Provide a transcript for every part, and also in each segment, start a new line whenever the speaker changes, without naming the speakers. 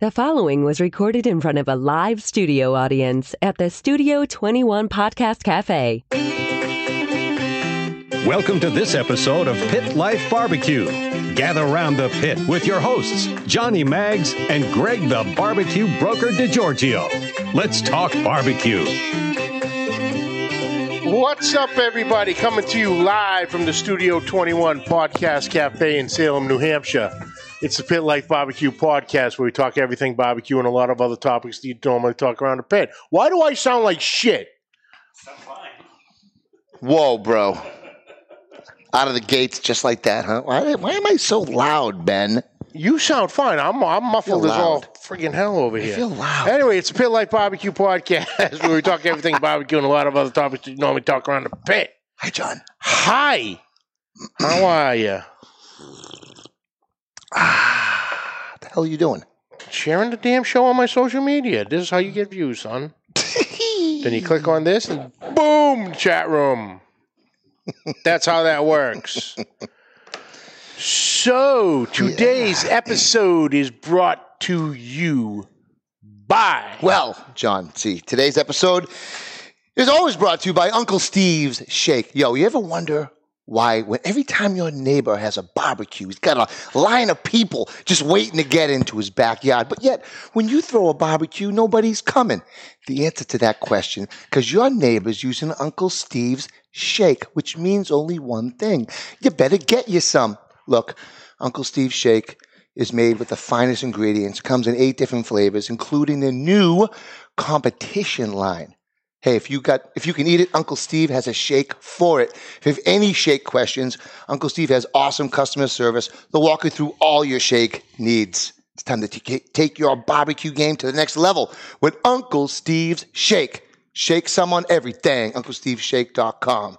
The following was recorded in front of a live studio audience at the Studio 21 Podcast Cafe.
Welcome to this episode of Pit Life Barbecue. Gather round the pit with your hosts, Johnny Maggs and Greg the Barbecue Broker DiGiorgio. Let's talk barbecue.
What's up, everybody? Coming to you live from the Studio 21 Podcast Cafe in Salem, New Hampshire. It's the Pit Life Barbecue Podcast where we talk everything barbecue and a lot of other topics that you normally talk around the pit. Why do I sound like shit?
Whoa, bro. Out of the gates just like that, huh? Why, why am I so loud, Ben?
You sound fine. I'm, I'm muffled
Feel
as all
loud.
freaking hell over here.
feel loud.
Anyway, it's the Pit Life Barbecue Podcast where we talk everything barbecue and a lot of other topics that you normally talk around the pit.
Hi, John.
Hi. How are you?
What the hell are you doing?
sharing the damn show on my social media. This is how you get views, son. then you click on this and boom, chat room. That's how that works. So today's episode is brought to you by
Well, John, see, today's episode is always brought to you by Uncle Steve's Shake. Yo, you ever wonder why when every time your neighbor has a barbecue, he's got a line of people just waiting to get into his backyard. But yet, when you throw a barbecue, nobody's coming. The answer to that question, because your neighbor's using Uncle Steve's Shake, which means only one thing. You better get you some. Look, Uncle Steve's Shake is made with the finest ingredients, comes in eight different flavors, including the new competition line. Hey, if you got if you can eat it, Uncle Steve has a shake for it. If you have any shake questions, Uncle Steve has awesome customer service. They'll walk you through all your shake needs. It's time to t- take your barbecue game to the next level with Uncle Steve's Shake. Shake someone everything. UncleSteveShake.com.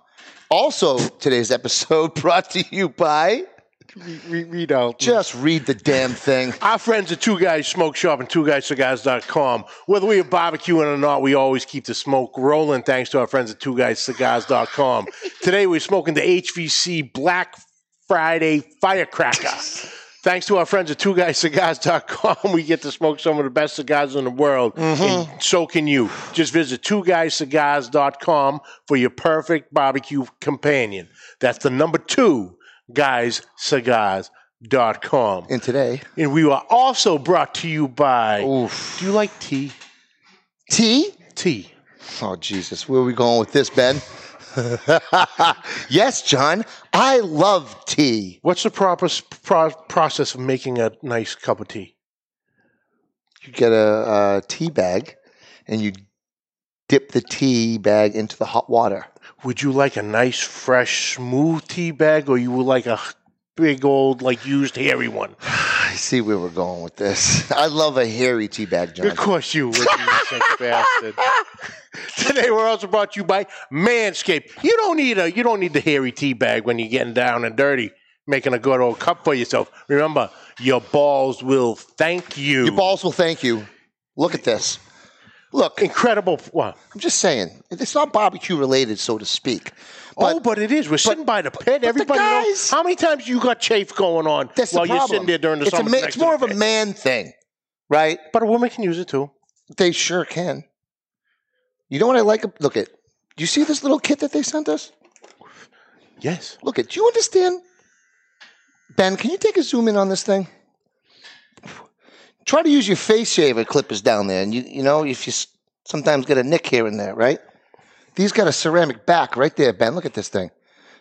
Also, today's episode brought to you by
read out.
just read the damn thing.
Our friends at Two Guys Smoke Shop and TwoGuysCigars.com. Whether we are barbecuing or not, we always keep the smoke rolling thanks to our friends at TwoGuysCigars.com. Today we're smoking the HVC Black Friday Firecracker. thanks to our friends at TwoGuysCigars.com, we get to smoke some of the best cigars in the world. And so can you. Just visit TwoGuysCigars.com for your perfect barbecue companion. That's the number two, guyscigars.com.
And today,
And we are also brought to you by.
Oof.
Do you like tea?
tea.
Tea.
Oh, Jesus. Where are we going with this, Ben? yes, John. I love tea.
What's the proper s- pro- process of making a nice cup of tea?
You get a, a tea bag and you dip the tea bag into the hot water.
Would you like a nice, fresh, smooth tea bag, or you would like a big old, like used hairy one?
I see where we're going with this. I love a hairy tea bag, John.
Of course you would, you sick bastard. Today we're also brought to you by Manscaped. You don't need a you don't need the hairy tea bag when you're getting down and dirty, making a good old cup for yourself. Remember, your balls will thank you.
Your balls will thank you. Look at this. Look,
incredible. What?
I'm just saying, it's not barbecue related, so to speak. But
oh, but it is. We're sitting by the pit. Everybody knows-
guys-
how many times you got chafe going on
that's
while
the
you're
problem.
sitting there during the
it's a
summer.
ma-
next
it's
to the
more of a
pit.
man thing, right?
But a woman can use it too.
They sure can. You know what I like? Look at. Do you see this little kit that they sent us?
Yes.
Look at. Do you understand? Ben, can you take a zoom in on this thing? Try to use your face shaver clippers down there, and you you know if you s- sometimes get a nick here and there, right? These got a ceramic back right there, Ben. Look at this thing,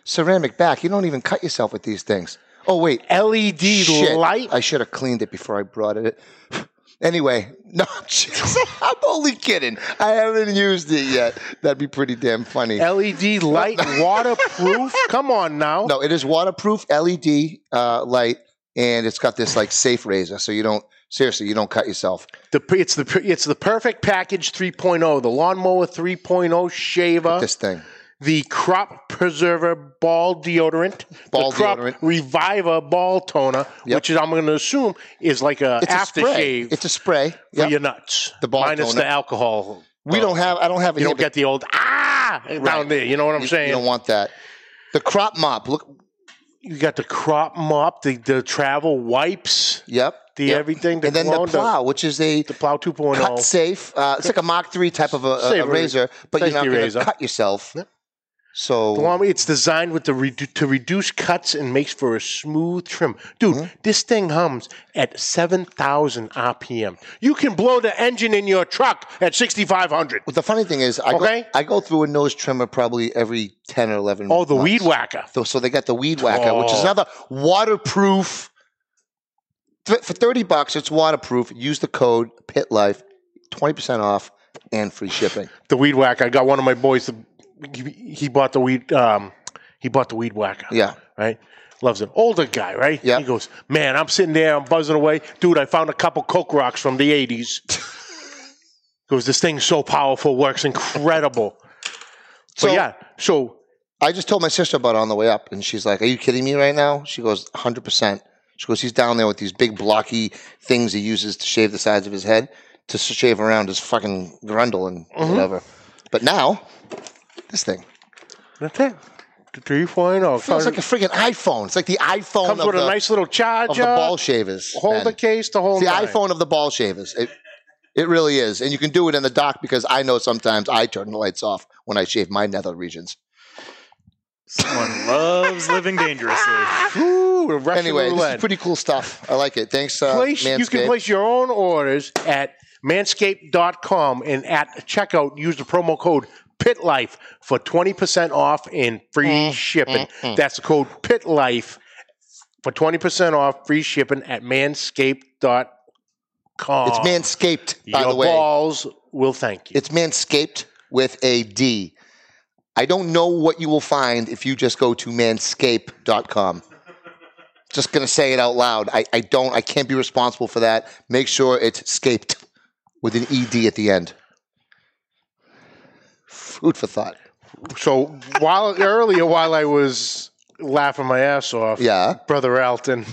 ceramic back. You don't even cut yourself with these things. Oh wait,
LED
Shit.
E light.
I should have cleaned it before I brought it. Anyway, no, I'm just- I'm only kidding. I haven't used it yet. That'd be pretty damn funny.
LED E light, waterproof. Come on now.
no, it is waterproof LED uh, light, and it's got this like safe razor, so you don't seriously you don't cut yourself.
The per- it's the per- it's the perfect package 3.0, the lawnmower 3.0 shaver,
This thing.
the crop preserver ball deodorant,
Ball
the crop
deodorant.
reviver ball toner,
Yep.
which is I'm going to assume is like a
It's a spray.
aftershave
It's a spray.
for
Yep.
your nuts.
The ball
minus
toner.
the alcohol. Oh,
we don't have. I don't have. it
You
here,
don't get the old ah down there. You know what I'm
but you-
saying?
You don't want that. The crop mop. Look.
you got the crop mop, the, the travel wipes,
Yep.
the
Yep.
everything. The
and then the
clone,
plow, which is a
the plow oh. 2.0.
cut safe. Uh, it's like a Mach three type of a, a- a
Safe,
razor, but you're
safety
not going
razor.
to cut yourself.
Yep.
So
The Lamy, it's designed with the redu- to reduce cuts and makes for a smooth trim. Dude,
Hmm?
this thing hums at 7,000 RPM. You can blow the engine in your truck at 6,500.
But the funny thing is, I,
Okay.
go, I go through a nose trimmer probably every 10 or 11
Oh, the weed
months.
whacker.
So- So they got the weed whacker, which is
Oh.
another waterproof. th- For 30 bucks, it's waterproof. Use the code PITLIFE, 20% off and free shipping.
The weed whacker. I got one of my boys. The, he, he bought the weed. Um, he bought the weed whacker.
Yeah.
right? Loves an older guy, right?
Yep.
He goes, man, I'm sitting there, I'm buzzing away. Dude, I found a couple Coke Rocks from the 80s. goes, this thing's so powerful, works incredible.
So-
but yeah, so
I just told my sister about it on the way up, and she's like, Are you kidding me right now? She goes, 100%. She goes, He's down there with these big blocky things he uses to shave the sides of his head, to s- shave around his fucking grundle and
Mm-hmm.
whatever. But now, this thing.
that's it. The 3.0.
Feels
Comes,
like a freaking iPhone. It's like the iPhone
comes
of,
with
the,
a nice little
of
charger,
the ball shavers. man.
holder case, the whole
It's the
nine.
iPhone of the ball shavers. It, it really is. And you can do it in the dock because I know sometimes I turn the lights off when I shave my nether regions.
Someone loves living dangerously.
Ooh, a Russian
Anyway, this
roulette.
is pretty cool stuff. I like it. Thanks, uh,
place,
Manscaped.
you can place your own orders at manscaped.com and at checkout use the promo code pitlife for 20% off and free shipping that's the code pitlife for 20% off free shipping at manscaped.com
it's Manscaped, by
Um, your
the way.
balls will thank you
It's Manscaped with a D. I don't know what you will find if you just go to manscaped.com. Just going to say it out loud. I, I don't, I can't be responsible for that. Make sure it's scaped with an ED at the end. Food for thought.
so while earlier while i was laughing my ass off
Yeah.
Brother Alton,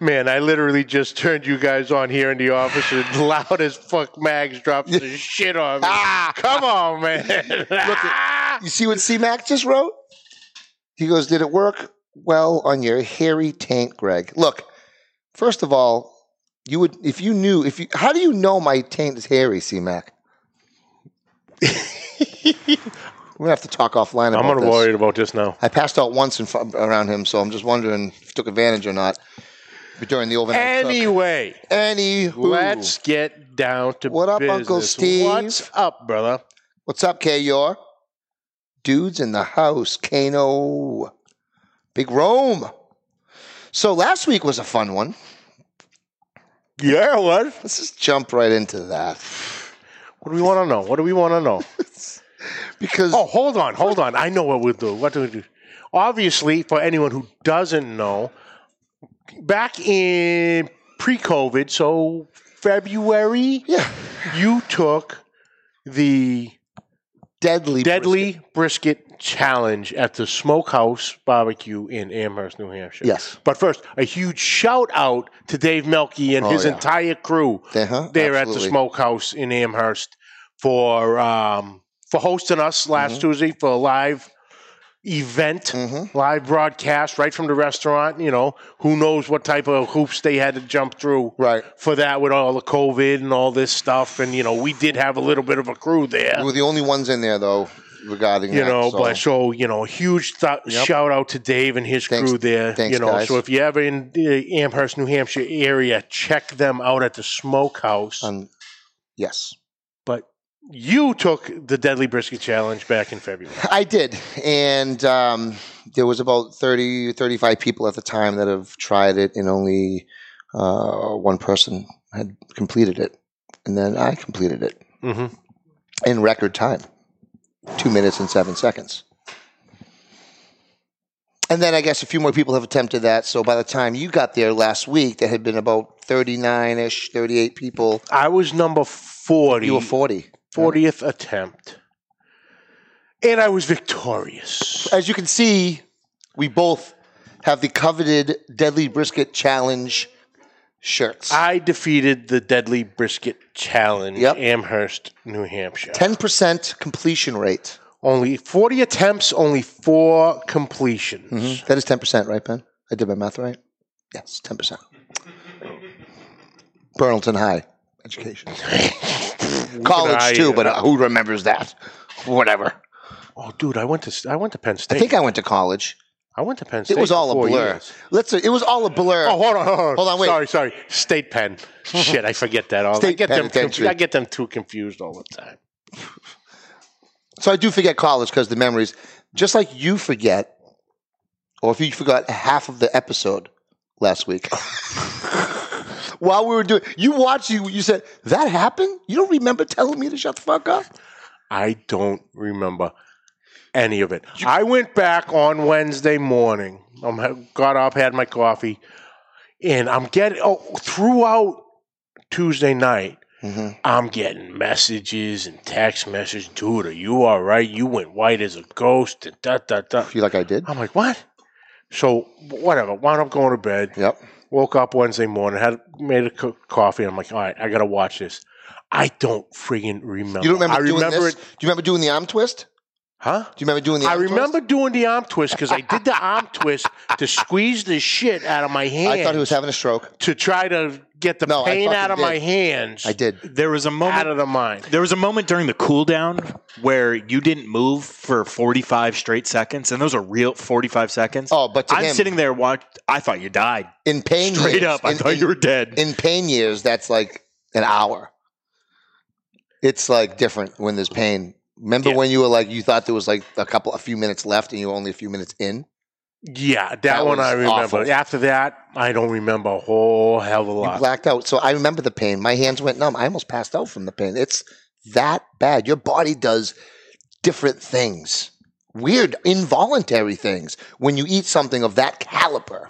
man, I literally just turned you guys on here in the office, and loud as fuck, Mags drops the shit on me.
Ah!
Come on, man.
You see what C Mac just wrote? He goes, Did it work well on your hairy taint, Greg? Look, first of all, you would if you knew if you how do you know my taint is hairy, C Mac? We're gonna have to talk offline about
I'm
this.
worried about this now.
I passed out once in front, around him, so I'm just wondering if he took advantage or not. But during the overnight cook.
Anyway,
Anywho.
let's get down to
What up,
business.
Uncle Steve?
What's up, brother?
What's up, K Yor? Dudes in the house, Kano. Big Rome. So last week was a fun one.
Yeah, what?
Let's just jump right into that.
What do we want to know? What do we want to know?
Because
Oh, hold on, hold on. I know what we'll do. What do we do? Obviously, for anyone who doesn't know, back in pre COVID, so February,
yeah,
you took the
deadly
Deadly Brisket Challenge at the Smokehouse Barbecue in Amherst, New Hampshire.
Yes.
But first, a huge shout out to Dave Melke and
Oh,
his
yeah.
entire crew
brisket. Uh-huh,
there at the
absolutely.
smokehouse in Amherst for um, for hosting us last
Mm-hmm.
Tuesday for a live event,
Mhm.
live broadcast right from the restaurant. You know, who knows what type of hoops they had to jump through
Right.
for that with all the COVID and all this stuff. And you know, we did have a little bit of a crew there.
We were the only ones in there though regarding
You
that,
know,
so-
but so you know, huge th-
Yep.
shout out to Dave and his
Thanks-
crew there.
thanks,
you know,
guys.
so if you're ever in the Amherst, New Hampshire area, check them out at the Smokehouse.
um, yes.
but you took the deadly brisket challenge back in February.
I did. And um, there was about 30, 35 people at the time that have tried it, and only uh, one person had completed it. And then I completed it
Mm-hmm.
in record time two minutes and seven seconds. And then I guess a few more people have attempted that. So by the time you got there last week, there had been about 39 ish, 38 people.
I was number 40,
You were 40.
40th attempt. And I was victorious.
As you can see, we both have the coveted Deadly Brisket Challenge shirts.
I defeated the deadly brisket challenge,
Yep.
Amherst, New Hampshire.
10% completion rate.
Only 40 attempts, only four completions.
Mm-hmm. That is 10%, right, Ben? I did my math right? Yes, 10%. Burlington High education. College too, but uh, who remembers that? Whatever.
Oh, dude, I went to I went to Penn State.
I think I went to college.
I went to Penn State.
It was
for
all
four
a blur.
years.
Let's. It was all a blur.
Oh, hold on, hold on,
Hold on, wait.
Sorry, sorry. State Penn. Shit, I forget that all. I
State
get them.
penitentiary.
Confu- I get them too confused all the time.
So I do forget college because the memories, just like you forget, or if you forgot half of the episode last week. While we were doing, you watched you. You said that happened. You don't remember telling me to shut the fuck up.
I don't remember any of it. I went back on Wednesday morning. I got up, had my coffee, and I'm getting oh throughout Tuesday night.
Mm-hmm.
Mhm.
I'm getting messages and text messages. Dude, are you all right? You went white as a ghost. And da da da.
You like I did.
I'm like, what? So whatever. Wound up going to bed.
Yep.
Woke up Wednesday morning, had made a co- coffee. And I'm like, all right, I gotta watch this. I don't friggin' remember.
You don't remember
I
doing
remember
this?
it,
Do you remember doing the arm twist?
huh?
Do you remember doing the?
I
arm twist?
remember doing the arm twist because I did the arm twist to squeeze the shit out of my hand.
I thought he was having a stroke.
to try to get the
No, I
pain
fucking
out of my
did.
hands.
I did.
There was a
out
moment.
of the mind.
There was a moment during the cooldown where you didn't move for 45 straight seconds, and those are real 45 seconds.
Oh, but to
I'm
him,
sitting there watch. I thought you died.
in pain.
Straight
years,
up, I
in-
thought
in-
you were dead.
in pain years, that's like an hour. It's like different when there's pain. Remember
Yeah.
when you were like you thought there was like a couple, a few minutes left, and you were only a few minutes in.
Yeah, that,
That
one
was
I remember.
awful.
After that, I don't remember a whole hell of a
You
lot.
blacked out. So I remember the pain. My hands went numb. I almost passed out from the pain. It's that bad. Your body does different things, weird, involuntary things when you eat something of that caliber,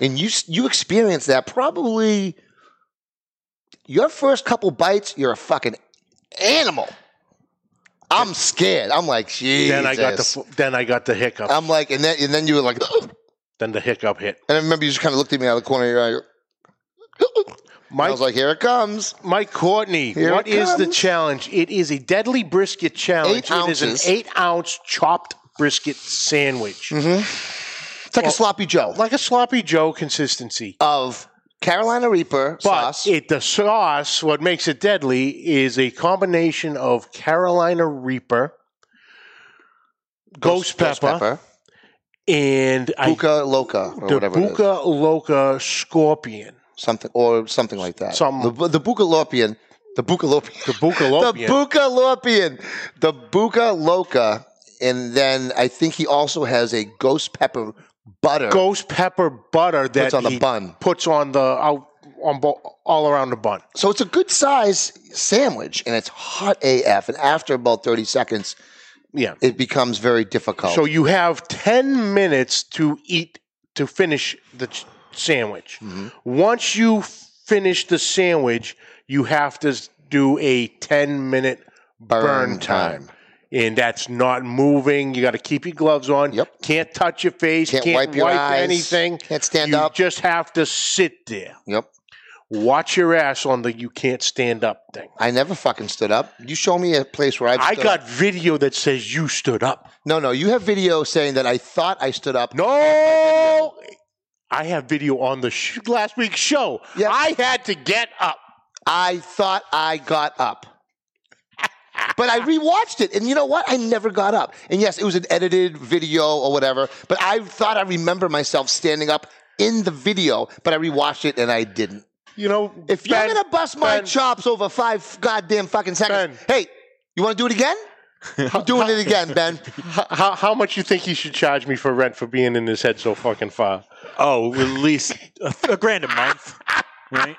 and you s- you experience that probably. Your first couple bites, you're a fucking animal. I'm scared. I'm like, Jesus. Um,
then I got the fu- then I got the hiccup.
I'm like, and then and then you were like, and
then the hiccup hit.
I remember you just kind of looked at me out of the corner of your eye. I
Mike,
was like, here it comes.
Mike Courtney,
Here
what
it
is the
comes.
challenge? It is a deadly brisket challenge.
Eight
It is
ounces. Hmm.
an eight ounce chopped brisket sandwich,
It's like a sloppy Joe.
like a sloppy Joe consistency.
of Carolina Reaper
But
sauce.
it the sauce, what makes it deadly is a combination of Carolina Reaper, ghost, pepper, and I-
Buca Loca, or
the
whatever it is.
Buca Loca scorpion.
Something, or something like that.
Some-
The, bu- the Buca Lopian. The Buca Lopian.
The Buca
The
Lopian.
Buca Lopian. The Buca Loca. And then I think he also has a ghost pepper butter.
ghost pepper butter that
Puts on the
he
bun.
puts on the out, on bo- all around the bun.
So it's a good size sandwich and it's hot AF. And after about 30 seconds,
Yeah.
it becomes very difficult.
So you have 10 minutes to eat to finish the ch- sandwich.
Mm-hmm.
Once you finish the sandwich, you have to s- do a 10 minute burn, time. And that's not moving. You got to keep your gloves on.
Yep.
Can't touch your face.
Can't
Can't,
wipe your eyes.
anything.
Can't stand
you
up.
just have to sit there.
Yep.
Watch your ass on the you can't stand up thing.
I never fucking stood up. You show me a place where I've
I
stood up.
got video that says you stood up.
No, no, you have video saying that I thought I stood up.
No, I have video on the sh- last week's show.
Yeah.
I had to get up.
I thought I got up. But I rewatched it, and you know what? I never got up. And yes, it was an edited video or whatever, but I thought I remember myself standing up in the video, but I rewatched it and I didn't.
You know,
If you're
Ben-
gonna bust my
Ben,
chops over five goddamn fucking seconds, hey, you wanna do it again? I'm doing it again, Ben.
h- how, how much you think he should charge me for rent for being in his head so fucking far?
Oh, at least a, a grand a month, right?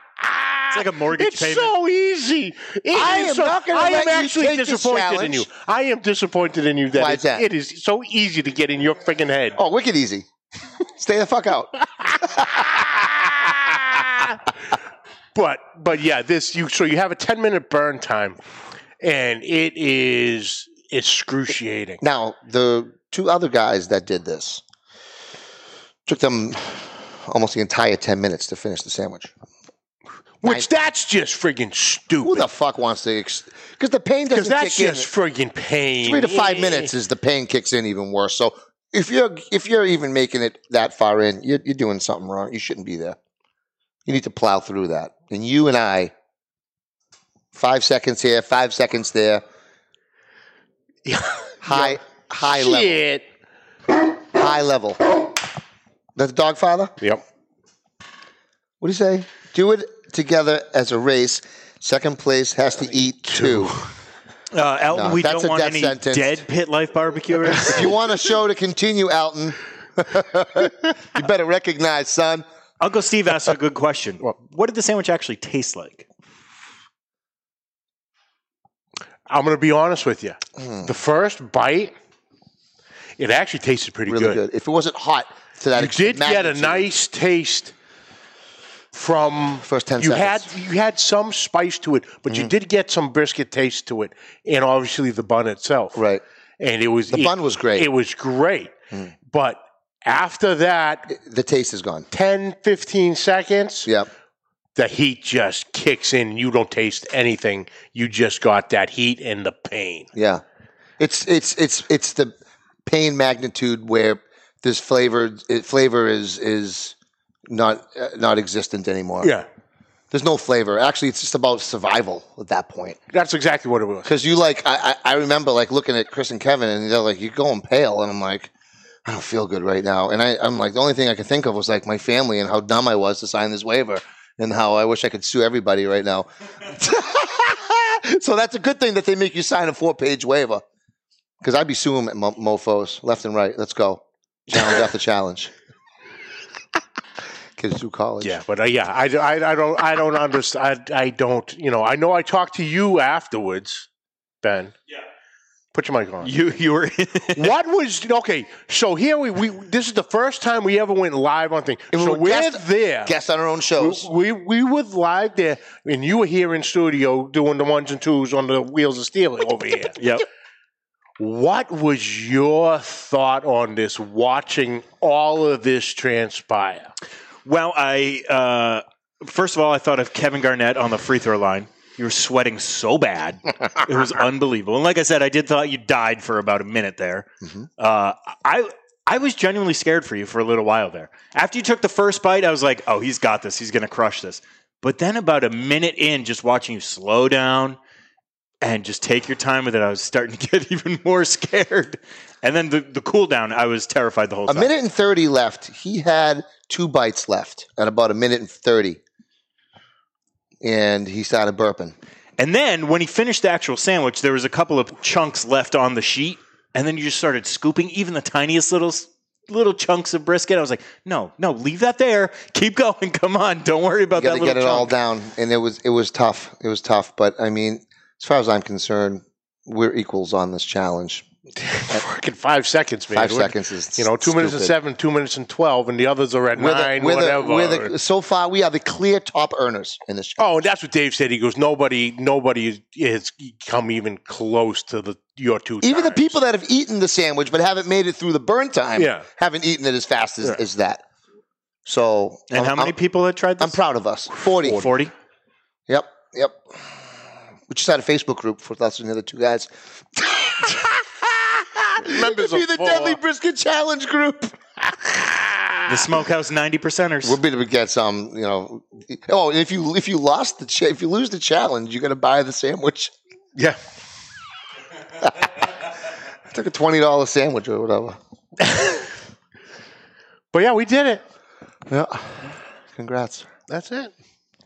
It's like a mortgage
It's
payment.
so easy. It
I
is
am
so-
not gonna
I am
let you
actually
take this
disappointed in
challenge.
you. I am disappointed in you that,
Why
it-
is that?
it is so easy to get in your freaking head.
Oh, wicked easy. Stay the fuck out.
but but yeah, this you so you have a ten minute burn time, and it is excruciating.
Now, the two other guys that did this took them almost the entire 10 minutes to finish the sandwich.
Which that's just friggin'
Who
stupid.
the fuck wants to? Because the pain
Because
doesn't
that's
kick in.
just friggin' pain.
Three to five minutes is the pain kicks in even worse. So if you're if you're even making it that far in, you're, you're doing something wrong. You shouldn't be there. You need to plow through that. and you and I, five seconds here, five seconds there, high high level,
Shit.
high level. That's dog father.
Yep.
What do you say? Do it together as a race. Second place has to eat two.
Uh, Elton,
No,
we
that's
don't
a
want
death
any
sentence.
dead pit life barbecuers.
If you want a show to continue, Alton, you better recognize, son.
Uncle Steve asked a good question. What did the sandwich actually taste like?
I'm going to be honest with you.
Hmm.
The first bite, it actually tasted pretty
Really good.
good.
If it wasn't hot to that
You did get a
magnitude-
nice taste from
First 10
you
seconds. Hmm.
had you had some spice to it, but you did get some brisket taste to it, and obviously the bun itself.
Right.
And it was
The
it-
bun was great. Hmm.
It was great, but after that
The taste is gone.
10, 15 seconds,
Yep.
the heat just kicks in. You don't taste anything. You just got that heat and the pain.
Yeah. It's it's it's it's the pain magnitude where this flavor it, flavor is is not uh, not existent anymore.
Yeah,
There's no flavor. Actually, it's just about survival at that point.
that's exactly what it was.
Because you like, I, I I remember like looking at Chris and Kevin, and they're like, "You're going pale," and I'm like, "I don't feel good right now." And I, I'm like, the only thing I could think of was like my family and how dumb I was to sign this waiver, and how I wish I could sue everybody right now. so that's a good thing that they make you sign a four page waiver, because I'd be suing them mo- mofo's left and right. Let's go, challenge after challenge. Kids do college.
Yeah, but uh, yeah, I, I, I don't I don't understand. I, I don't you know I know I talked to you afterwards, Ben. Yeah. Put your mic on.
You you were
what was okay? So here we, we this is the first time we ever went live on thing.
And we
so
were
we're
guest-
there.
guests on our own shows.
We we were live there, and you were here in studio doing the ones and twos on the wheels of steel over here.
yep.
What was your thought on this? Watching all of this transpire.
Well, I uh, first of all, I thought of Kevin Garnett on the free throw line. You were sweating so bad, it was unbelievable. And like I said, I did thought you died for about a minute there.
Mhm.
Uh, I I was genuinely scared for you for a little while there. After you took the first bite, I was like, "Oh, he's got this. He's going to crush this." But then, about a minute in, just watching you slow down and just take your time with it, I was starting to get even more scared. And then the, the cool down, I was terrified the whole
a
time.
minute and 30 left. He had two bites left at about a minute and 30. And he started burping.
And then when he finished the actual sandwich, there was a couple of chunks left on the sheet, and then you just started scooping even the tiniest little little chunks of brisket. I was like, no, no, leave that there. Keep going. Come on, don't worry about
You got
that
to
little
get it all
chunk.
down. And it was it was tough. It was tough. But I mean, as far as I'm concerned, we're equals on this challenge.
Fucking five seconds, man.
Five
What-
seconds is
You know, two minutes and
stupid.
seven, two minutes and twelve, and the others are at
We're the-
9
we're the-
whatever.
we're the- so far, we are the clear top earners in this. Challenge.
oh, and that's what Dave said. He goes, nobody, nobody has come even close to the your two.
Even the
times."
people that have eaten the sandwich but haven't made it through the burn time
Yeah.
haven't eaten it as fast as,
Yeah.
as that. So
And
I'm-
how many
I'm,
people had tried this?
I'm proud of us. 40.
Forty.
Yep, yep. We just had a Facebook group with us and the other two guys.
Members
be
of
the
four.
Deadly Brisket Challenge group.
The smokehouse ninety percenters.
We'll be able to get some, you know. Oh, and if you if you lost the cha- if you lose the challenge, you're gonna buy the sandwich.
Yeah.
I took a twenty dollar sandwich or whatever.
But yeah, we did it.
Yeah. Congrats.
That's it.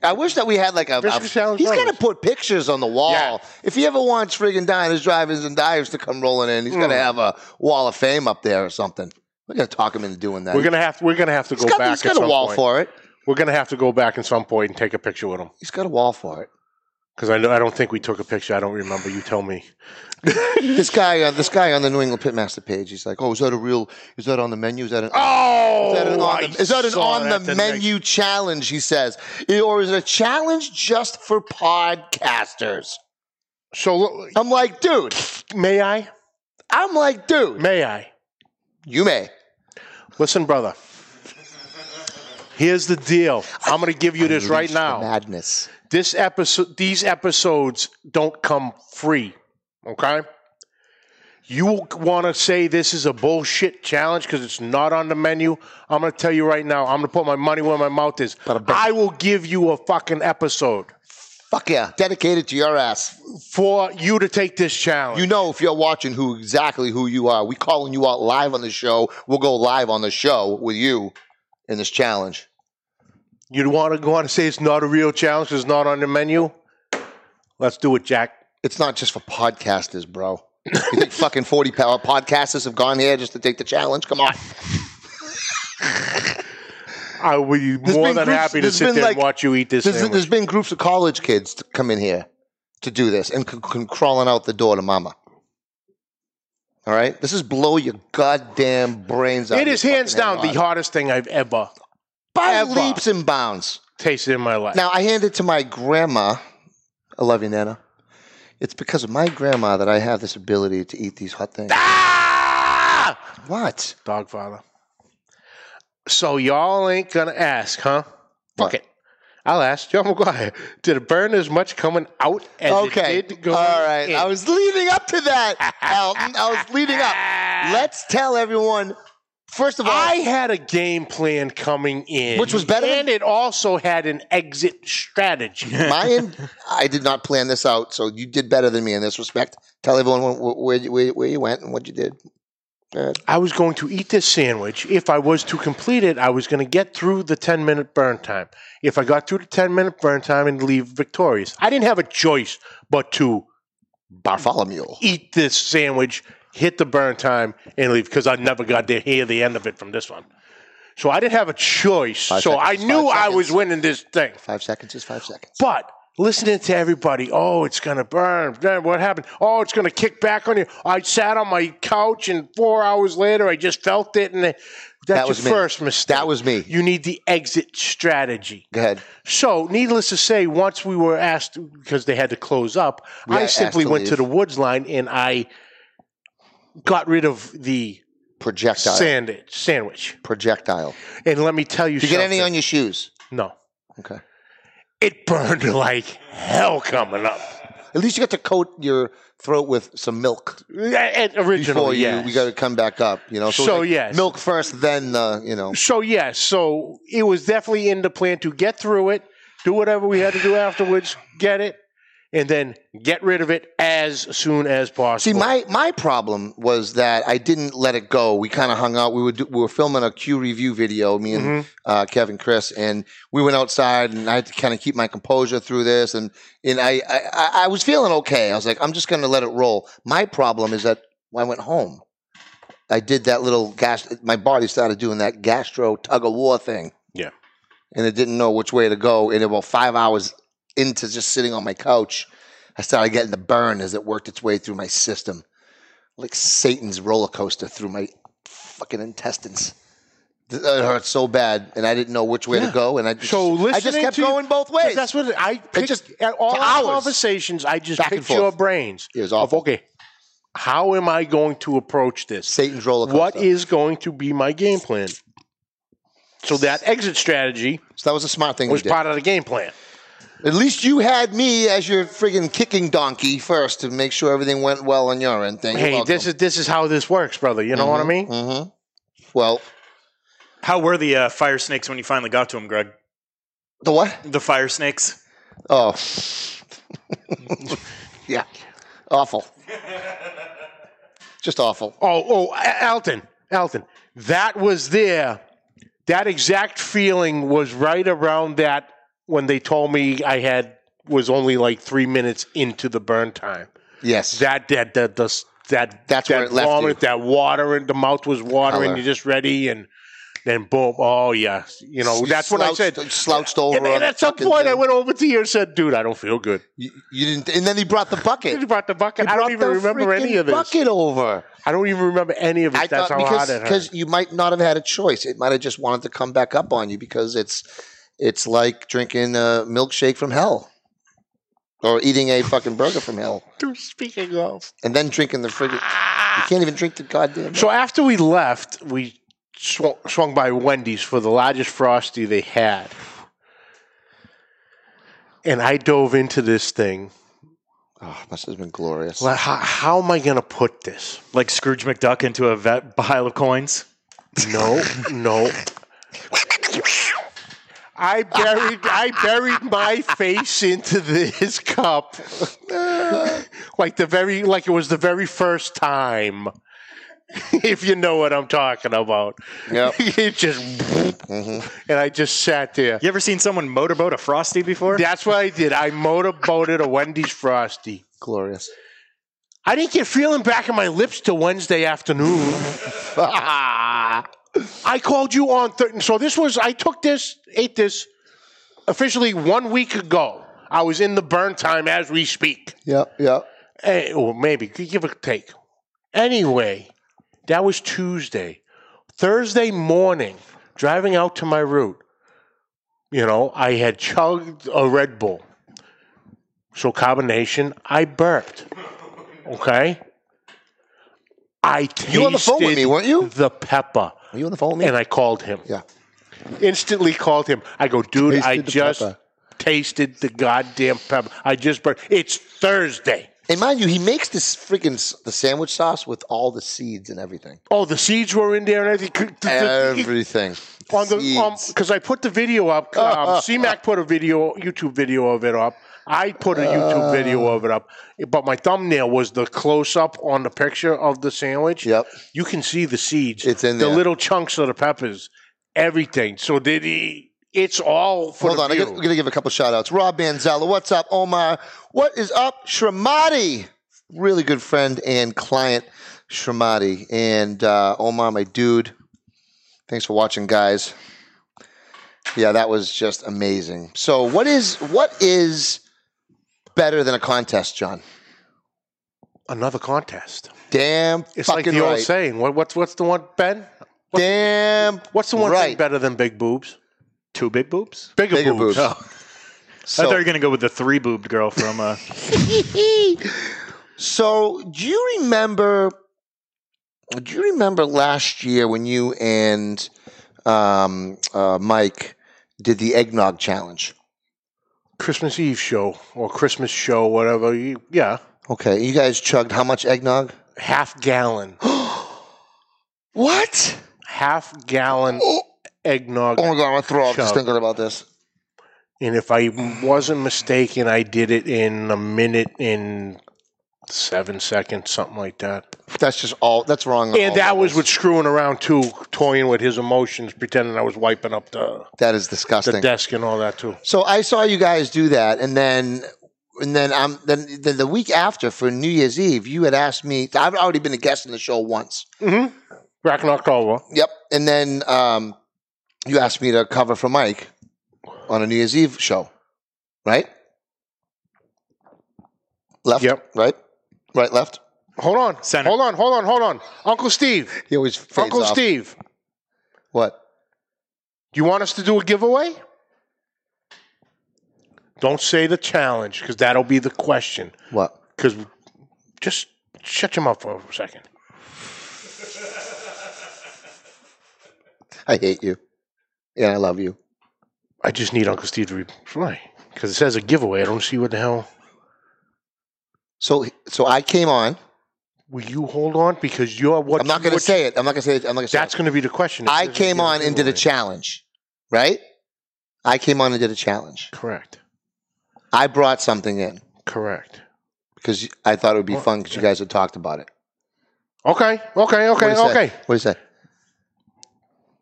I wish that we had like a.
Brisket
a-
Challenge
he's
Brothers.
got to put pictures on the wall.
Yeah.
If he ever wants friggin' diners, drivers, and dives to come rolling in, he's got
Mm.
to have a wall of fame up there or something. We're gonna talk him into doing that.
We're gonna have we're gonna have to go
He's got,
back.
he's
at
got a
some
wall
point.
for it.
We're gonna have to go back at some point and take a picture with him
He's got a wall for it.
because I know I don't think we took a picture. I don't remember. You tell me.
This guy, uh, this guy on the New England Pitmaster page, he's like, "Oh, is that a real? Is that on the menu? Is that an?
Oh,
Is that an on, the, is that an on the
menu?
menu challenge? He says, or is it a challenge just for podcasters?
So lo-
I'm like, dude.
may I?
I'm like, dude.
May I?
You may.
Listen, brother. Here's the deal. I'm going to give you this right
Unleash the
now.
Madness.
This episode, these episodes don't come free. Okay. You want to say this is a bullshit challenge because it's not on the menu? I'm going to tell you right now. I'm going to put my money where my mouth is.
Bada bing.
I will give you a fucking episode
Fuck yeah, dedicated to your ass.
for you to take this challenge.
You know, if you're watching, who exactly who you are. We calling you out live on the show. We'll go live on the show with you in this challenge.
You'd want to go on and say it's not a real challenge 'cause it's not on the menu? Let's do it, Jack.
It's not just for podcasters, bro. You think fucking forty power podcasters have gone here just to take the challenge? Come on.
I would be more
been
than
groups-
happy to
there's
sit
been
there and
like-
watch you eat this
There's,
sandwich.
there's been groups of college kids to come in here to do this and c- c- crawling out the door to mama. All right, this is blow your goddamn brains out.
It is hands down the hardest thing I've ever
by
ever.
leaps and bounds.
tasted in my life.
Now I hand it to my grandma. I love you, Nana. It's because of my grandma that I have this ability to eat these hot things.
ah!
What?
Dogfather. So y'all ain't gonna ask, huh? Fuck
What?
it. I'll ask Joe McGuire. Did it burn as much coming out as
Okay.
it did going
All right.
in?
I was leading up to that, Alton. I was leading up. Let's tell everyone. First of all,
Ah! I had a game plan coming in,
Which was better than-
and it also had an exit strategy.
my in- I did not plan this out, so you did better than me in this respect. Tell everyone wh- wh- where, you- where, where you went and what you did.
I was going to eat this sandwich. If I was to complete it, I was going to get through the 10 minute burn time. If I got through the 10 minute burn time and leave victorious, I didn't have a choice but to
Bartholomew.
eat this sandwich, hit the burn time, and leave because I never got to hear the end of it from this one. So I didn't have a choice.
Five
so
seconds,
I knew
five
I was
seconds.
winning this thing.
Five seconds is five seconds.
But listening to everybody, oh, it's going to burn. Then What happened? Oh, it's going to kick back on you. I sat on my couch, and four hours later, I just felt it. And it- that's
That was me.
your first mistake.
That was me.
You need the exit strategy.
Go ahead.
So, needless to say, once we were asked because they had to close up,
We
I
asked
simply
to
went to
leave.
the woods line and I got rid of the
Projectile.
sand- sandwich.
Projectile.
And let me tell you
Did you get any
something.
on your shoes?
No.
Okay.
It burned like hell coming up.
At least you got to coat your throat with some milk
At- Originally,
before you,
yes.
you got to come back up. You know, so, it's
So,
like
yes.
milk first, then uh, you know.
So yes, so it was definitely in the plan to get through it, do whatever we had to do afterwards, get it, and then get rid of it as soon as
See,
possible.
my my problem was that I didn't let it go. We kind of hung out. We were do, we were filming a Q review video, me
Mm-hmm.
and uh, Kevin Chris, and we went outside, and I had to kind of keep my composure through this, and and I, I I- I was feeling okay. I was like, I'm just going to let it roll. My problem is that when I went home, I did that little gas. My body started doing that gastro tug of war thing.
Yeah.
and it didn't know which way to go. And about five hours into just sitting on my couch. I started getting the burn as it worked its way through my system, like Satan's roller coaster through my fucking intestines. Th- It hurt so bad, and I didn't know which way to go. And I just,
so
I
listening
just kept
to you-
going both ways.
That's what I picked,
just- uh,
just at all
for
our
hours.
conversations. I just
Back and
picked your
forth.
brains
It was
of
awful.
okay, how am I going to approach this?
Satan's roller coaster.
What is going to be my game plan? So that exit strategy
So that was a smart thing
was
you did.
part of the game plan.
At least you had me as your friggin' kicking donkey first to make sure everything went well on your end. Thank you.
Hey, this is this is how this works, brother. You know what I mean?
Mm-hmm. Well,
How were the uh, fire snakes when you finally got to them, Greg?
the what?
The fire snakes.
Oh, yeah, awful. Just awful.
Oh, oh, A- Alton, Alton, that was there. That exact feeling was right around that when they told me I had was only like three minutes into the burn time.
Yes.
That that that the, that
That's
that
where it left you.
vomit, that water, and the mouth was watering.
Color.
You're just ready, and then boom. Oh yeah, you know
You
that's what I
slouched-
said.
Slouched over.
And,
on
and
the
at some
fucking
point, I
thing.
went over to you and said, "Dude, I don't feel good."
You, you didn't, and then he brought the bucket.
You brought the bucket. I don't
He
even
brought the
remember any
freaking
of this.
Bucket over.
I don't even remember any of it.
I
That's
thought
how
because
hard it hurt.
because you might not have had a choice. It might have just wanted to come back up on you because it's it's like drinking a milkshake from hell, or eating a fucking burger from hell,
Dude, speaking of. Ah.
and then drinking the friggin' You can't even drink the goddamn.
So after we left, we swung, swung by Wendy's for the largest frosty they had, and I dove into this thing
Oh, must have been glorious.
Well, how, how am I going to put this?
Like Scrooge McDuck into a vet pile of coins.
No, no. I buried I buried my face into this cup. like the very like it was the very first time. if you know what I'm talking about.
Yep. Mm-hmm.
it just and I just sat there.
You ever seen someone motorboat a frosty before?
That's what I did. I motorboated a Wendy's Frosty.
glorious.
I didn't get feeling back in my lips till Wednesday afternoon. I called you on thir- so this was I took this ate this officially one week ago. I was in the burn time as we speak.
Yep, yep.
Eh, or maybe give or take. Anyway, that was Tuesday. Thursday morning, driving out to my route, you know, I had chugged a Red Bull. So combination, I burped. Okay. I tasted
You were on the phone with me, weren't you?
The pepper,
Are you on the phone with me?
and I called him.
yeah.
Instantly called him. I go, dude, I
Tasted the
just
pepper.
tasted the goddamn pepper. I just burped. It's Thursday.
And mind you, he makes this freaking s- the sandwich sauce with all the seeds and everything.
Oh, the seeds were in there and everything.
Everything.
on the um
Seeds.
because I put the video up. Um, CMAC put a video, YouTube video of it up. I put a YouTube video
Uh.
of it up, but my thumbnail was the close up on the picture of the sandwich.
Yep.
you can see the seeds.
It's in
the
there.
little chunks of the peppers, everything. So did he? It's all for
Hold
the
on, I'm
view.
going to give a couple shout outs. Rob Manzella, what's up? Omar, what is up? Shramati, really good friend and client, Shramati. And uh, Omar, my dude, thanks for watching, guys. Yeah, that was just amazing. So, what is what is better than a contest, John?
Another contest.
Damn
It's like
fucking
the old
right.
saying. What, what's what's the one Ben?
Damn.
What's the one thing
right.
better than big boobs?
Two big boobs.
Bigger,
Bigger
boobs.
boobs.
I
So,
thought you were gonna go with the three boobed girl from. Uh,
So, do you remember? Do you remember last year when you and um, uh, Mike did the eggnog challenge?
Christmas Eve show or Christmas show, whatever. You, yeah,
Okay, you guys chugged how much eggnog?
half gallon.
What?
half gallon eggnog.
Oh my god, I'm gonna throw up just
Chug.
thinking about this.
And if I wasn't mistaken, I did it in a minute in seven seconds, something like that.
That's just all. That's wrong. on all
And that was
levels.
with screwing around too, toying with his emotions, pretending I was wiping up the,
that is
the
disgusting.
desk and all that too.
So I saw you guys do that, and then and then I'm then, then the week after for New Year's Eve, you had asked me. I've already been a guest on the show once.
Mm-hmm. Back in October.
Yep, and then um, you asked me to cover for Mike on a New Year's Eve show, right? Left.
Yep.
Right. Right. Left.
Hold on.
Center.
Hold on. Hold on. Hold on. Uncle Steve.
He always fades
Uncle
off.
Steve.
What?
You want us to do a giveaway? Don't say the challenge because that'll be the question.
What?
Because just shut your mouth for a second.
I hate you, and I love you.
I just need Uncle Steve to reply because it says a giveaway. I don't see what the hell.
So so I came on.
Will you hold on? Because you're what
I'm not going to
what
say it. I'm not going to say it. I'm not going to say it.
That's going to be the question. It
I
says
came
give
on and did a
giveaway.
challenge, right? I came on and did a challenge.
Correct.
I brought something in
Correct.
because I thought it would be fun because you guys had talked about it.
Okay. Okay.
What
Okay.
is that?
Okay.
What is that?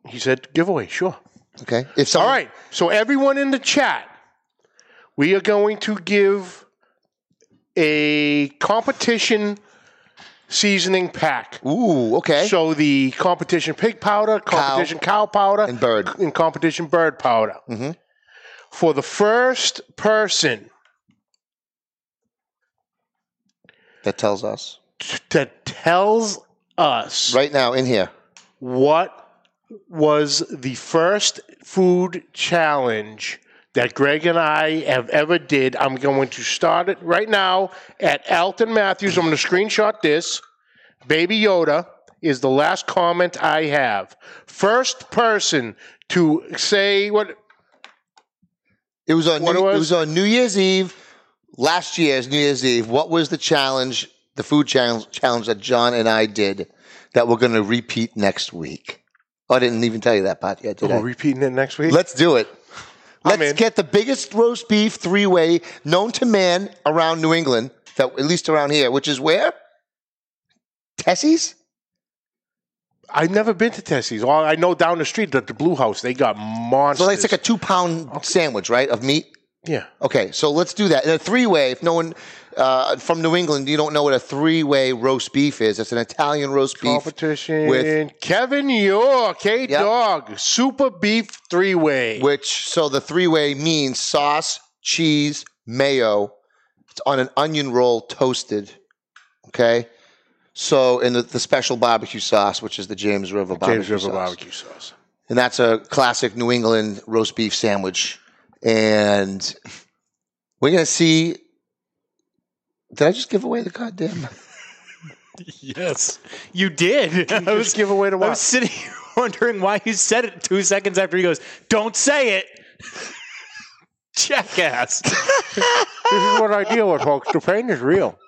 He said giveaway. Sure.
Okay. If
All
someone,
right. So everyone in the chat, we are going to give a competition seasoning pack.
Ooh. Okay.
So the competition pig powder, competition cow, powder,
And bird.
and competition bird powder.
Mhm.
For the first person
that tells us
t- that tells us
right now in here.
what was the first food challenge that Greg and I have ever did. I'm going to start it right now at Alton Matthews. I'm going to screenshot this. Baby Yoda is the last comment I have. First person to say what
It was on.
What
New,
it
it
was?
was on New Year's Eve. last year's New Year's Eve, what was the challenge, the food challenge, challenge that John and I did that we're going to repeat next week? Oh, I didn't even tell you that part yet, did
oh, We're
I?
repeating it next week.
Let's do it.
I'm
Let's
in.
get the biggest roast beef three way known to man around New England, that, at least around here, which is where? Tessie's?
I've never been to Tessie's. All I know down the street that the Blue House they got monsters.
So it's like a two pound sandwich, right, of meat?
yeah.
Okay, so let's do that. In a three way, if no one uh, from New England, you don't know what a three way roast beef is, it's an Italian roast beef.
competition
with-
Kevin York, K Dog, Super Beef Three Way.
which so the three way means sauce, cheese, mayo. It's on an onion roll toasted. Okay. So and the, the special barbecue sauce, which is the James River barbecue
James River
sauce.
barbecue sauce.
And that's a classic New England roast beef sandwich. And we're gonna see. Did I just give away the goddamn
Yes, you did. I was,
Just give away to
I was
what?
sitting here wondering why you said it two seconds after he goes, "Don't say it." Jackass.
This is what I deal with, folks. The pain is real.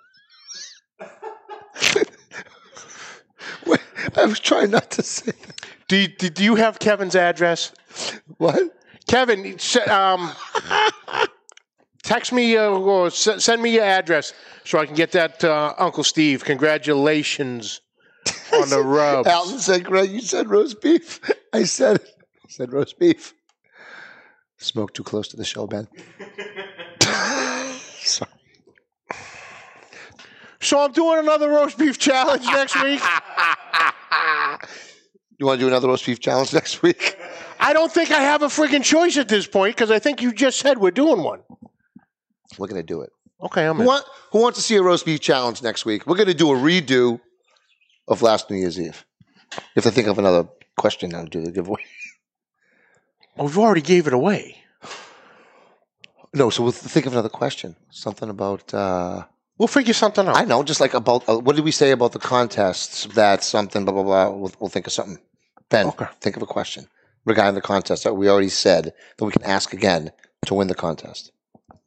I was trying not to say that.
Do you, do do you have Kevin's address?
What?
Kevin, s- um, text me uh, or s- send me your address so I can get that uh, Uncle Steve. Congratulations on the rub.
Alton said, "Greg, you said roast beef." I said it. I said roast beef. Smoke too close to the show, Ben. Sorry.
So I'm doing another roast beef challenge next week.
You want to do another roast beef challenge next week?
I don't think I have a friggin' choice at this point because I think you just said we're doing one.
We're gonna do it.
Okay, I'm
Who,
in.
want, who wants to see a roast beef challenge next week? We're gonna do a redo of last New Year's Eve. If I think of another question, I'll do the giveaway.
Well, we've Oh, already gave it away.
No, so we'll think of another question. Something about. Uh,
We'll figure something out.
I know, just like about uh, what did we say about the contests? That something, blah blah blah. We'll, we'll think of something. Ben,
Okay.
think of a question regarding the contest that we already said that we can ask again to win the contest,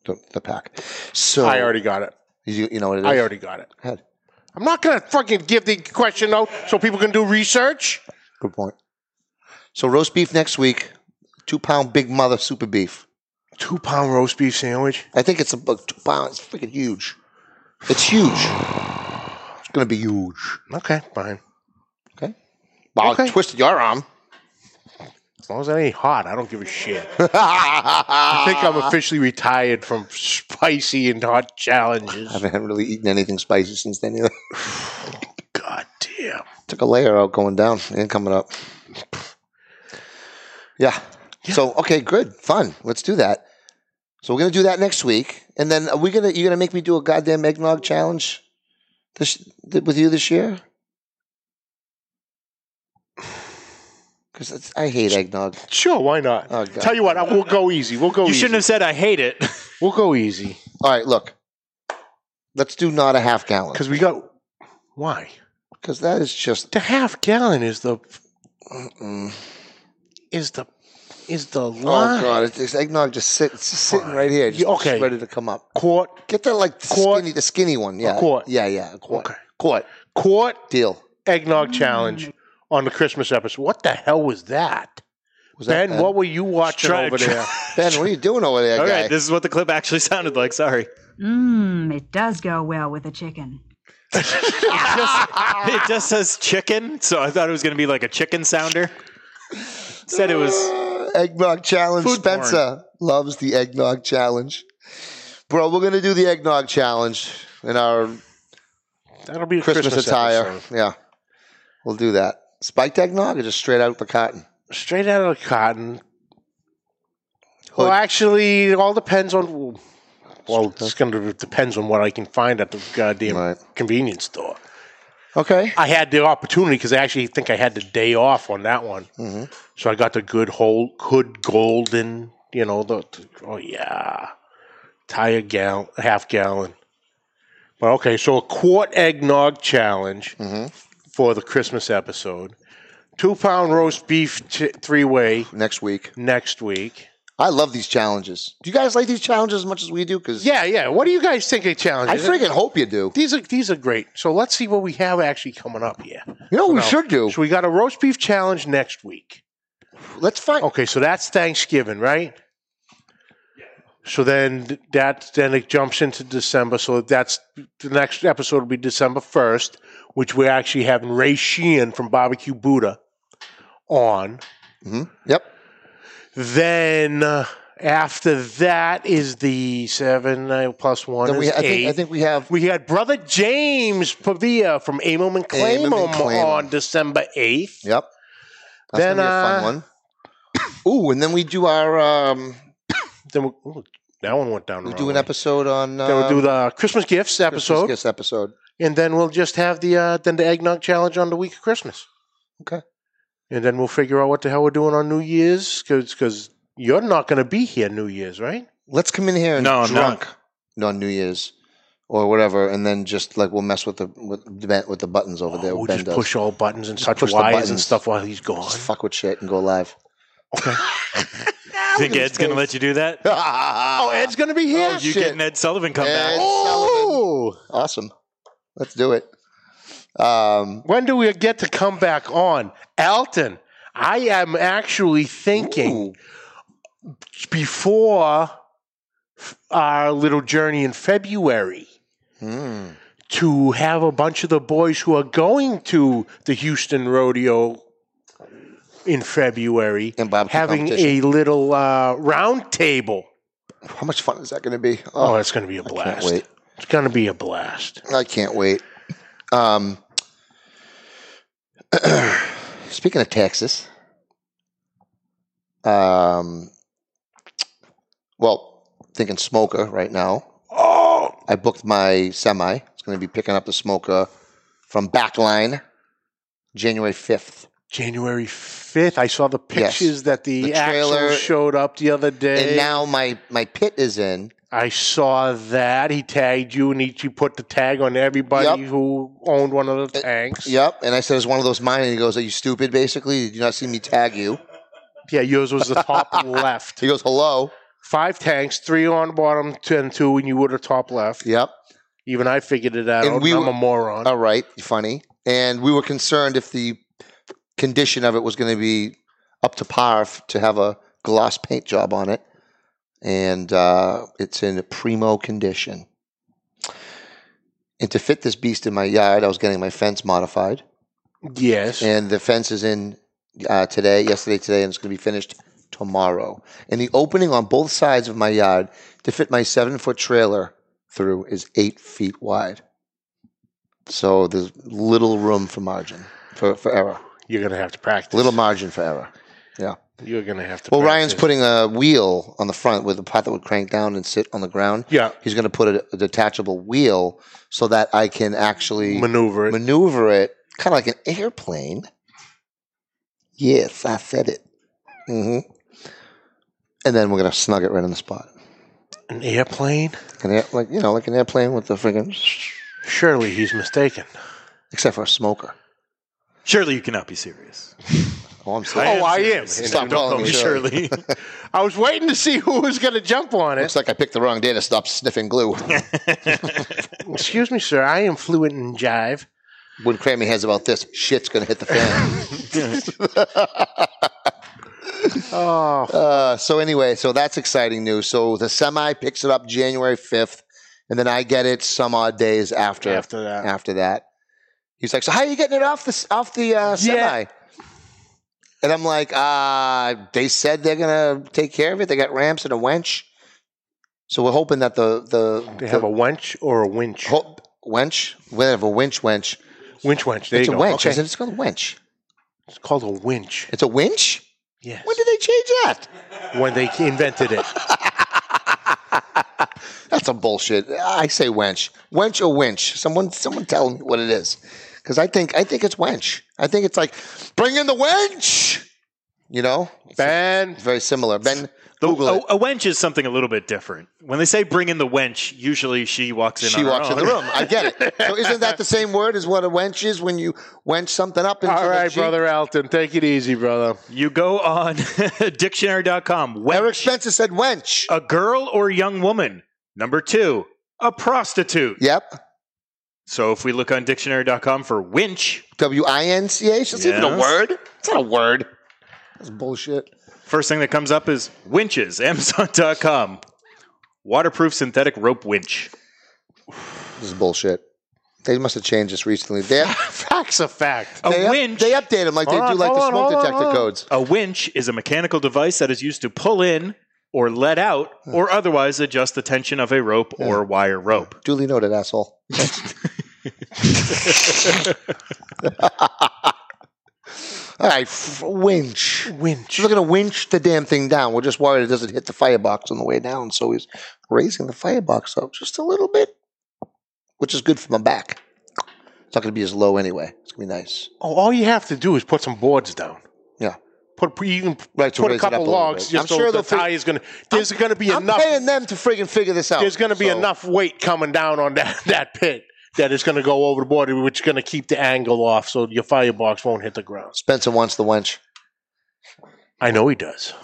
the, the pack. So
I already got it.
you, you know what it is.
I already got it.
Go ahead.
I'm not gonna fucking give the question out so people can do research.
Good point. So roast beef next week, two pound big mother super beef.
Two pound roast beef sandwich.
I think it's about two pounds. It's freaking huge. It's huge. It's gonna be huge.
Okay, fine.
Okay. Wow,
Okay.
twisted your arm.
As long as it ain't hot, I don't give a shit. I think I'm officially retired from spicy and hot challenges.
I haven't really eaten anything spicy since then either.
God damn.
Took a layer out going down and coming up. Yeah. So okay, good, fun. Let's do that. So we're gonna do that next week, and then are we gonna you gonna make me do a goddamn eggnog challenge this th- with you this year? Because I hate eggnog.
Sure, why not?
Oh, God.
Tell you what, I, we'll go easy. We'll go
You
easy.
shouldn't have said I hate it.
We'll go easy.
All right, look, let's do not a half gallon
Because we got. Why?
because that is just mm.
The half gallon is the
mm-mm.
is the is the line.
oh god, it's, this eggnog just sit, it's just sitting right here, just,
Yeah, okay.
just ready to come up.
Quart,
Get the like the
Quart.
skinny, the skinny one. Yeah,
quart.
Yeah, yeah, a quart.
Okay.
Quart Mm.
quart
deal.
eggnog challenge on the Christmas episode. What the hell was that?
Was
Ben,
Ben?
what were you watching
Try-
over
try-
there?
Ben, what are you doing over there,
All
guy?
right, this is what the clip actually sounded like. Sorry.
Mmm, it does go well with a chicken.
It just says chicken, so I thought it was going to be like a chicken sounder. Said it was.
Ah. Uh, eggnog challenge.
Food porn.
Spencer loves the eggnog challenge. Bro, we're gonna do the eggnog challenge in our
That'll be a
Christmas, attire.
episode.
Yeah, we'll do that. Spiked eggnog or just straight out the cotton?
Straight out of the cotton. Well,
Hood.
actually, it all depends on. Well, it's going to depends on what I can find at the goddamn
Right.
convenience store.
Okay.
I had the opportunity because I actually think I had the day off on that one, so I got the good whole good golden. You know the, the- oh yeah, tie a gallon, half gallon. But okay, so a quart eggnog challenge for the Christmas episode. Two pound roast beef t- three way
Next week.
next week.
I love these challenges. Do you guys like these challenges as much as we do? Because
Yeah, yeah. What do you guys think of
I
challenges?
freaking hope you do.
these are these are great. So let's see what we have actually coming up here.
You know what we
No.
should do?
So we got a roast beef challenge next week.
Let's find.
Okay, so that's Thanksgiving, right? So then that then it jumps into December. So that's the next episode will be December first, which we're actually having Ray Sheehan from Barbecue Buddha on.
Yep.
Then uh, after that is the seven nine plus one
Then
is
we, I,
eight.
think, I think we have.
We had brother James Pavia from Amom and
Amom and
Clamom
Clamom.
on December 8th.
Yep. That's
Then,
gonna be a fun one. Ooh, and then we do our. Um,
Then we, ooh, that one went down.
we
The
do
wrong
an
way.
episode on. Uh,
Then we'll do the Christmas gifts
Christmas
episode,
gifts episode.
and then we'll just have the uh, then the eggnog challenge on the week of Christmas.
Okay.
And then we'll figure out what the hell we're doing on New Year's because you're not going to be here New Year's, right?
Let's come in here and
No, I'm not.
drunk on New Year's or whatever, and then just like we'll mess with the with the, ben- with the buttons over there.
we'll
Ben
Oh, just
does.
push all buttons and such
push the
wires and
buttons.
stuff while he's gone.
Just fuck with shit and go live.
Think Ed's going to let you do that?
Oh, Ed's going to be here.
You
shit.
get Ned Sullivan come
Eh.
Ed
back.
Sullivan.
oh,
Awesome. Let's do it. Um,
when do we get to come back on, Alton? I am actually thinking.
ooh,
before our little journey in February
hmm.
to have a bunch of the boys who are going to the Houston Rodeo in February
And barbecue
having a
competition.
little uh, round table.
How much fun is that going to be?
Oh,
Oh,
it's going to be a
I can't
blast.
wait.
It's going to be a blast.
I can't wait. Um, speaking of Texas, um, well, thinking smoker right now.
Oh,
I booked my semi. It's going to be picking up the smoker from Backline, January fifth.
January 5th. I saw the
Yes.
pictures that the,
The
axle
trailer-
showed up the other day.
And now my my pit is in.
I saw that he tagged you, and he, he put the tag on everybody
Yep.
who owned one of the tanks.
Yep. And I said, "It's one of those mine." And he goes, "Are you stupid?" Basically, did you not see me tag you?
Yeah, yours was the top left.
He goes, "Hello."
Five tanks, three on bottom, two and two, and you were the top left.
Yep.
Even I figured it out.
And we
I'm
were- Oh.
a moron.
All right, funny. And we were concerned if the condition of it was going to be up to par f- to have a gloss paint job on it. And uh, it's in primo condition. And to fit this beast in my yard, I was getting my fence modified.
yes.
And the fence is in uh, today, yesterday, today, and it's going to be finished tomorrow. And the opening on both sides of my yard to fit my seven foot trailer through is eight feet wide. So there's little room for margin, for, for error.
You're going to have to practice.
Little margin for error.
You're going to have to
Well,
practice.
Ryan's putting a wheel on the front with a part that would crank down and sit on the ground.
Yeah.
He's going to put a, a detachable wheel so that I can actually
Maneuver it.
maneuver it kind of like an airplane. Yes, I said it. hmm And then we're gonna snug it right on the spot.
An airplane?
An air, like you know, like an airplane with the friggin'
Surely he's mistaken.
except for a smoker.
Surely you cannot be serious.
Oh, I'm
I
sorry.
am
Oh, I
serious.
am.
And
Stop
don't call
calling
me
me
Shirley.
I was waiting to see who was going to jump on it.
Looks like I picked the wrong day to stop sniffing glue.
Excuse me, sir. I am fluent in jive.
when Crammy has about this, shit's gonna hit the fan.
Oh,
uh, so anyway, so that's exciting news. So the semi picks it up January fifth, and then I get it some odd days after.
after that.
after that. He's like, "So how are you getting it off the off the uh, semi?"
Yeah.
And I'm like, uh, "They said they're gonna take care of it. They got ramps and a wench." So we're hoping that the the,
They have
the
a wench or a winch.
ho- wench, we have a winch wench.
Winch wench. There
it's
you
a
go.
winch.
Okay.
Isn't it? It's called a winch.
It's called a winch.
It's a winch.
Yes.
When did they change that?
when they invented it.
That's some bullshit. I say wench, wench or winch. Someone, someone tell me what it is, because I think I think it's wench. I think it's like bring in the wench. You know,
Ben, oh,
it's very similar. Ben,
The,
Google
a,
it.
a wench is something a little bit different. When they say bring in the wench, usually she walks in.
she
on her
walks in
own.
the room. I get it. So isn't that the same word as what a wench is when you wench something up? Into
all
the
right,
cheek?
brother Alton, take it easy, brother.
You go on dictionary.com. Wench,
Eric Spencer said wench.
a girl or young woman. Number two, a prostitute.
Yep.
So if we look on dictionary.com for winch,
W I N C H. That's even a
Yes.
word. It's not a word. That's bullshit.
first thing that comes up is winches, amazon.com. Waterproof synthetic rope winch.
This is bullshit. They must have changed this recently. They,
Fact's a fact.
A
they, up-
winch.
they update them like they
Hold
do
on,
like
hold
the
on,
smoke
hold on,
detector
hold on.
codes.
a winch is a mechanical device that is used to pull in or let out or otherwise adjust the tension of a rope or wire rope.
Duly noted, asshole. All right, f- winch.
Winch.
She's looking to winch the damn thing down. We're just worried it doesn't hit the firebox on the way down. So he's raising the firebox up just a little bit, which is good for my back. It's not going to be as low anyway. It's going to be nice.
Oh, all you have to do is put some boards down.
Yeah.
Put you can
Right, to
put a
raise it up
couple
a little
logs.
bit.
Just
I'm
so
sure
the
they'll fi-
tie is gonna. There's gonna be
I'm
enough.
paying them to friggin' figure this out.
There's gonna be
So,
enough weight coming down on that that pit that it's gonna go over the board, which is gonna keep the angle off, so your firebox won't hit the ground.
Spencer wants the wench.
I know he does.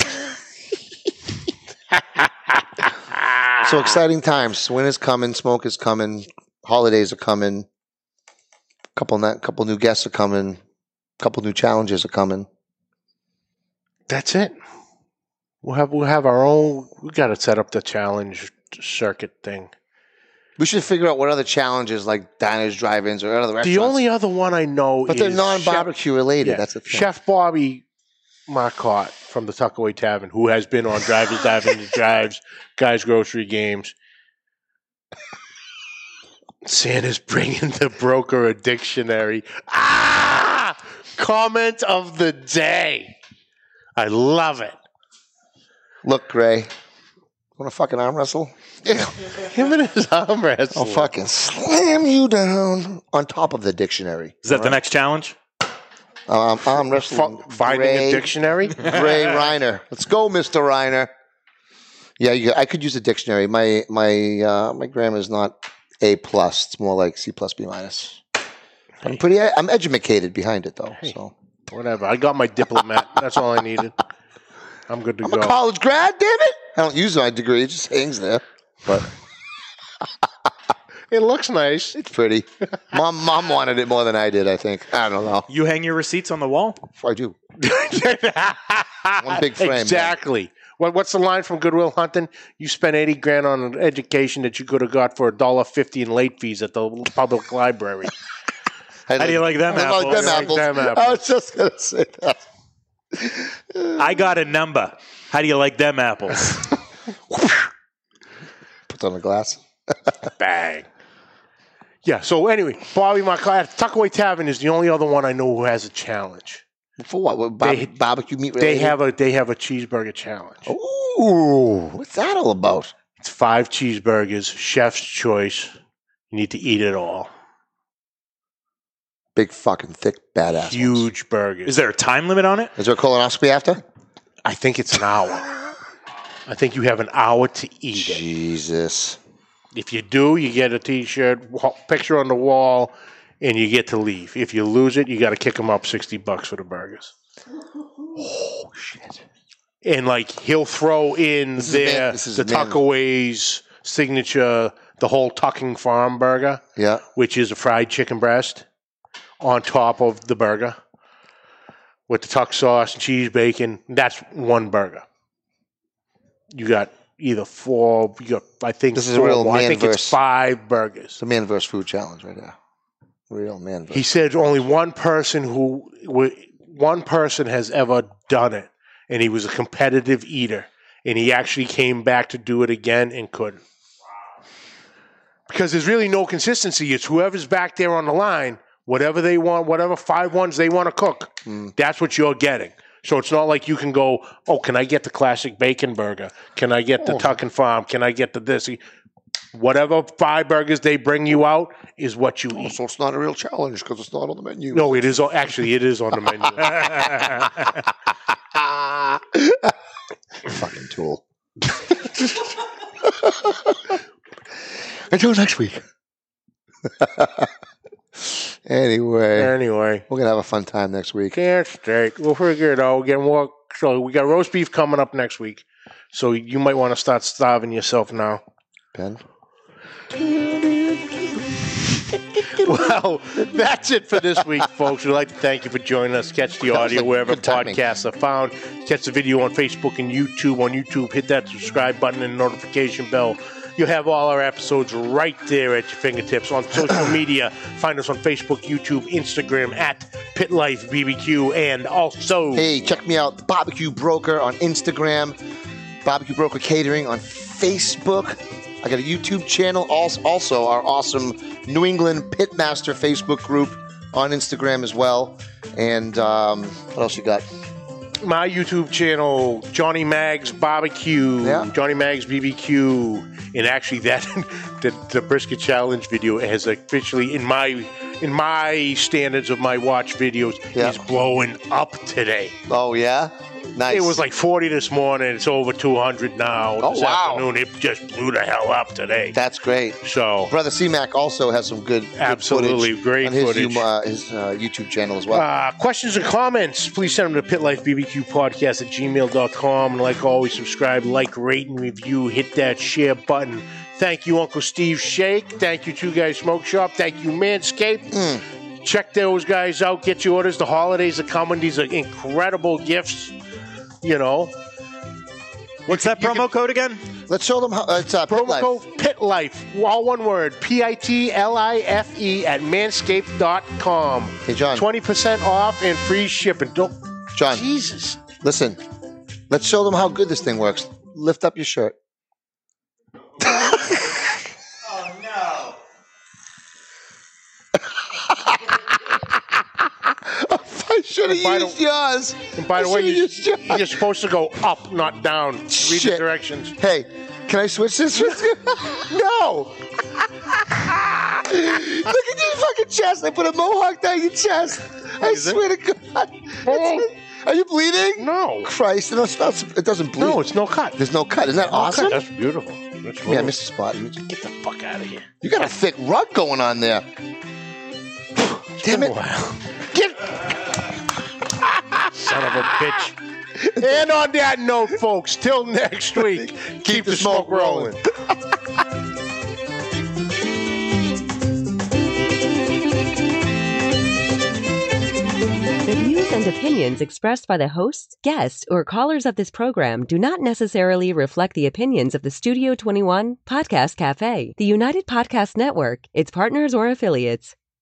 So exciting times. Winter's coming. Smoke is coming. Holidays are coming. Couple net, couple new guests are coming. Couple new challenges are coming.
That's it. We'll have we'll have our own. We got to set up the challenge circuit thing.
We should figure out what other challenges like diners, drive-ins, or other restaurants.
The only other one I know,
but they're
is
non-barbecue related.
Yeah.
That's the thing.
Chef Bobby Marcotte from the Tuckaway Tavern, who has been on Drivers, Diving to Drives, Guys Grocery Games. Santa's bringing the broker a dictionary. Ah! Comment of the day. I love it.
Look, Gray. Want to fucking arm wrestle?
Him and his arm
I'll
wrestling.
fucking slam you down on top of the dictionary.
Is that the next challenge?
Um, arm wrestling.
Fu- finding
Gray-
a dictionary?
Gray Reiner. Let's go, Mister Reiner. Yeah, you, I could use a dictionary. My my uh, my grammar's not A plus. It's more like C plus B minus. I'm pretty. I'm educated behind it though. So
Whatever. I got my diplomat. That's all I needed. I'm good to
I'm
go.
a college grad. Damn it! I don't use my degree. It just hangs there. But
it looks nice.
it's pretty. Mom, mom wanted it more than I did. I think. I don't know.
You hang your receipts on the wall?
I do.
One
big frame, man.
Exactly. What, what's the line from Goodwill Hunting? You spent eighty grand on an education that you could have got for a dollar fifty in late fees at the public library.
How do you like them
I like
apples?
them
I like
apples.
them
I was just gonna say that.
I got a number. How do you like them apples?
Put on a glass.
Bang. Yeah. So anyway, Bobby Marcotte, Tuckaway Tavern is the only other one I know who has a challenge.
For what? What, bar-
They-
barbecue meat.
They
related?
have a they have a cheeseburger challenge.
Ooh, what's that all about?
It's five cheeseburgers, chef's choice. You need to eat it all.
Big fucking thick badass. ones.
Huge burgers.
Is there a time limit on it?
Is there a colonoscopy after?
I think it's an hour. I think you have an hour to eat it.
Jesus.
If you do, you get a T-shirt, wa- picture on the wall, and you get to leave. If you lose it, you got to kick them up sixty bucks for the burgers. Oh shit! And like he'll throw in
This is man-
their
this is
the
man-
Tuckaway's signature, the whole Tucking Farm burger,
Yeah.
which is a fried chicken breast on top of the burger with the tuck sauce, cheese, bacon. That's one burger. You got either four. You got I think
This is a
four-
real
I think
man-verse.
it's five burgers.
It's a man versus food challenge right there. Real man
He
versus.
said only one person who wa- one person has ever done it, and he was a competitive eater, and he actually came back to do it again and couldn't. Because there's really no consistency. It's whoever's back there on the line, whatever they want, whatever five ones they want to cook, that's what you're getting. So it's not like you can go, oh, can I get the classic bacon burger? Can I get the Tuck and Farm? Can I get the this? Whatever five burgers they bring you out is what you eat.
So it's not a real challenge because it's not on the menu.
No, it is on, actually it is on the menu.
tool. Until next week. anyway,
Anyway,
we're going to have a fun time next week.
can't straight. We'll figure it out. Again, we'll, so we got roast beef coming up next week. So you might want to start starving yourself now.
Ben?
Well, that's it for this week, folks. We'd like to thank you for joining us. Catch the
That was
audio
like
wherever
good timing.
podcasts are found. Catch the video on Facebook and YouTube. On YouTube, hit that subscribe button and notification bell. You'll have all our episodes right there at your fingertips. On social media, find us on Facebook, YouTube, Instagram at Pit Life BBQ, and also
Hey, check me out, The Barbecue Broker on Instagram, Barbecue Broker Catering on Facebook. I got a YouTube channel, als- also our awesome New England Pitmaster Facebook group on Instagram as well. And um, what else you got?
my YouTube channel, Johnny Mags Barbecue,
Yeah.
Johnny Mags BBQ, and actually that the, the brisket challenge video has officially in my in my standards of my watch videos
Yeah.
is blowing up today.
Oh yeah, nice.
It was like 40 this morning. It's over 200 now.
Oh,
this
wow.
afternoon, it just blew the hell up today.
that's great.
so
Brother C-Mac also has some good, good
Absolutely,
footage
great
on his,
footage.
um, uh, his uh, YouTube channel as well.
Uh, questions and comments, please send them to pitlifebbqpodcast at gmail.com. And like always, subscribe, like, rate, and review. Hit that share button. Thank you, Uncle Steve Shake. Thank you, Two Guys Smoke Shop. Thank you, Manscaped.
Mm.
Check those guys out. Get your orders. The holidays are coming. These are incredible gifts. You know,
What's that promo code again?
Let's show them how uh, it's uh, Pit
promo
Life.
code PITLIFE, all one word, P I T L I F E at manscaped.com.
Hey, John.
20% off and free shipping. Don't,
John,
Jesus.
listen. Let's show them how good this thing works. Lift up your shirt. oh no! I should
Why
have
don't-
used yours.
And by the
I
way,
should've
you,
used yours.
you're supposed to go up, not down. Read the
Shit.
directions.
Hey, can I switch this with you? no. Look at your fucking chest. They put a mohawk down your chest. I
Is it?
swear to God. It's- Are you bleeding?
No.
Christ, it doesn't, it doesn't bleed.
No, it's no cut.
There's no cut. Isn't that awesome?
That's beautiful. That's
yeah,
beautiful.
I missed a spot. You,
Get the fuck out of here.
you got a thick rug going on there. Damn it.
Wow.
Get,
Son of a bitch. and on that note, folks, till next week, keep, the, smoke rolling.
The views and opinions expressed by the hosts, guests, or callers of this program do not necessarily reflect the opinions of the Studio 21 Podcast Cafe, the United Podcast Network, its partners, or affiliates.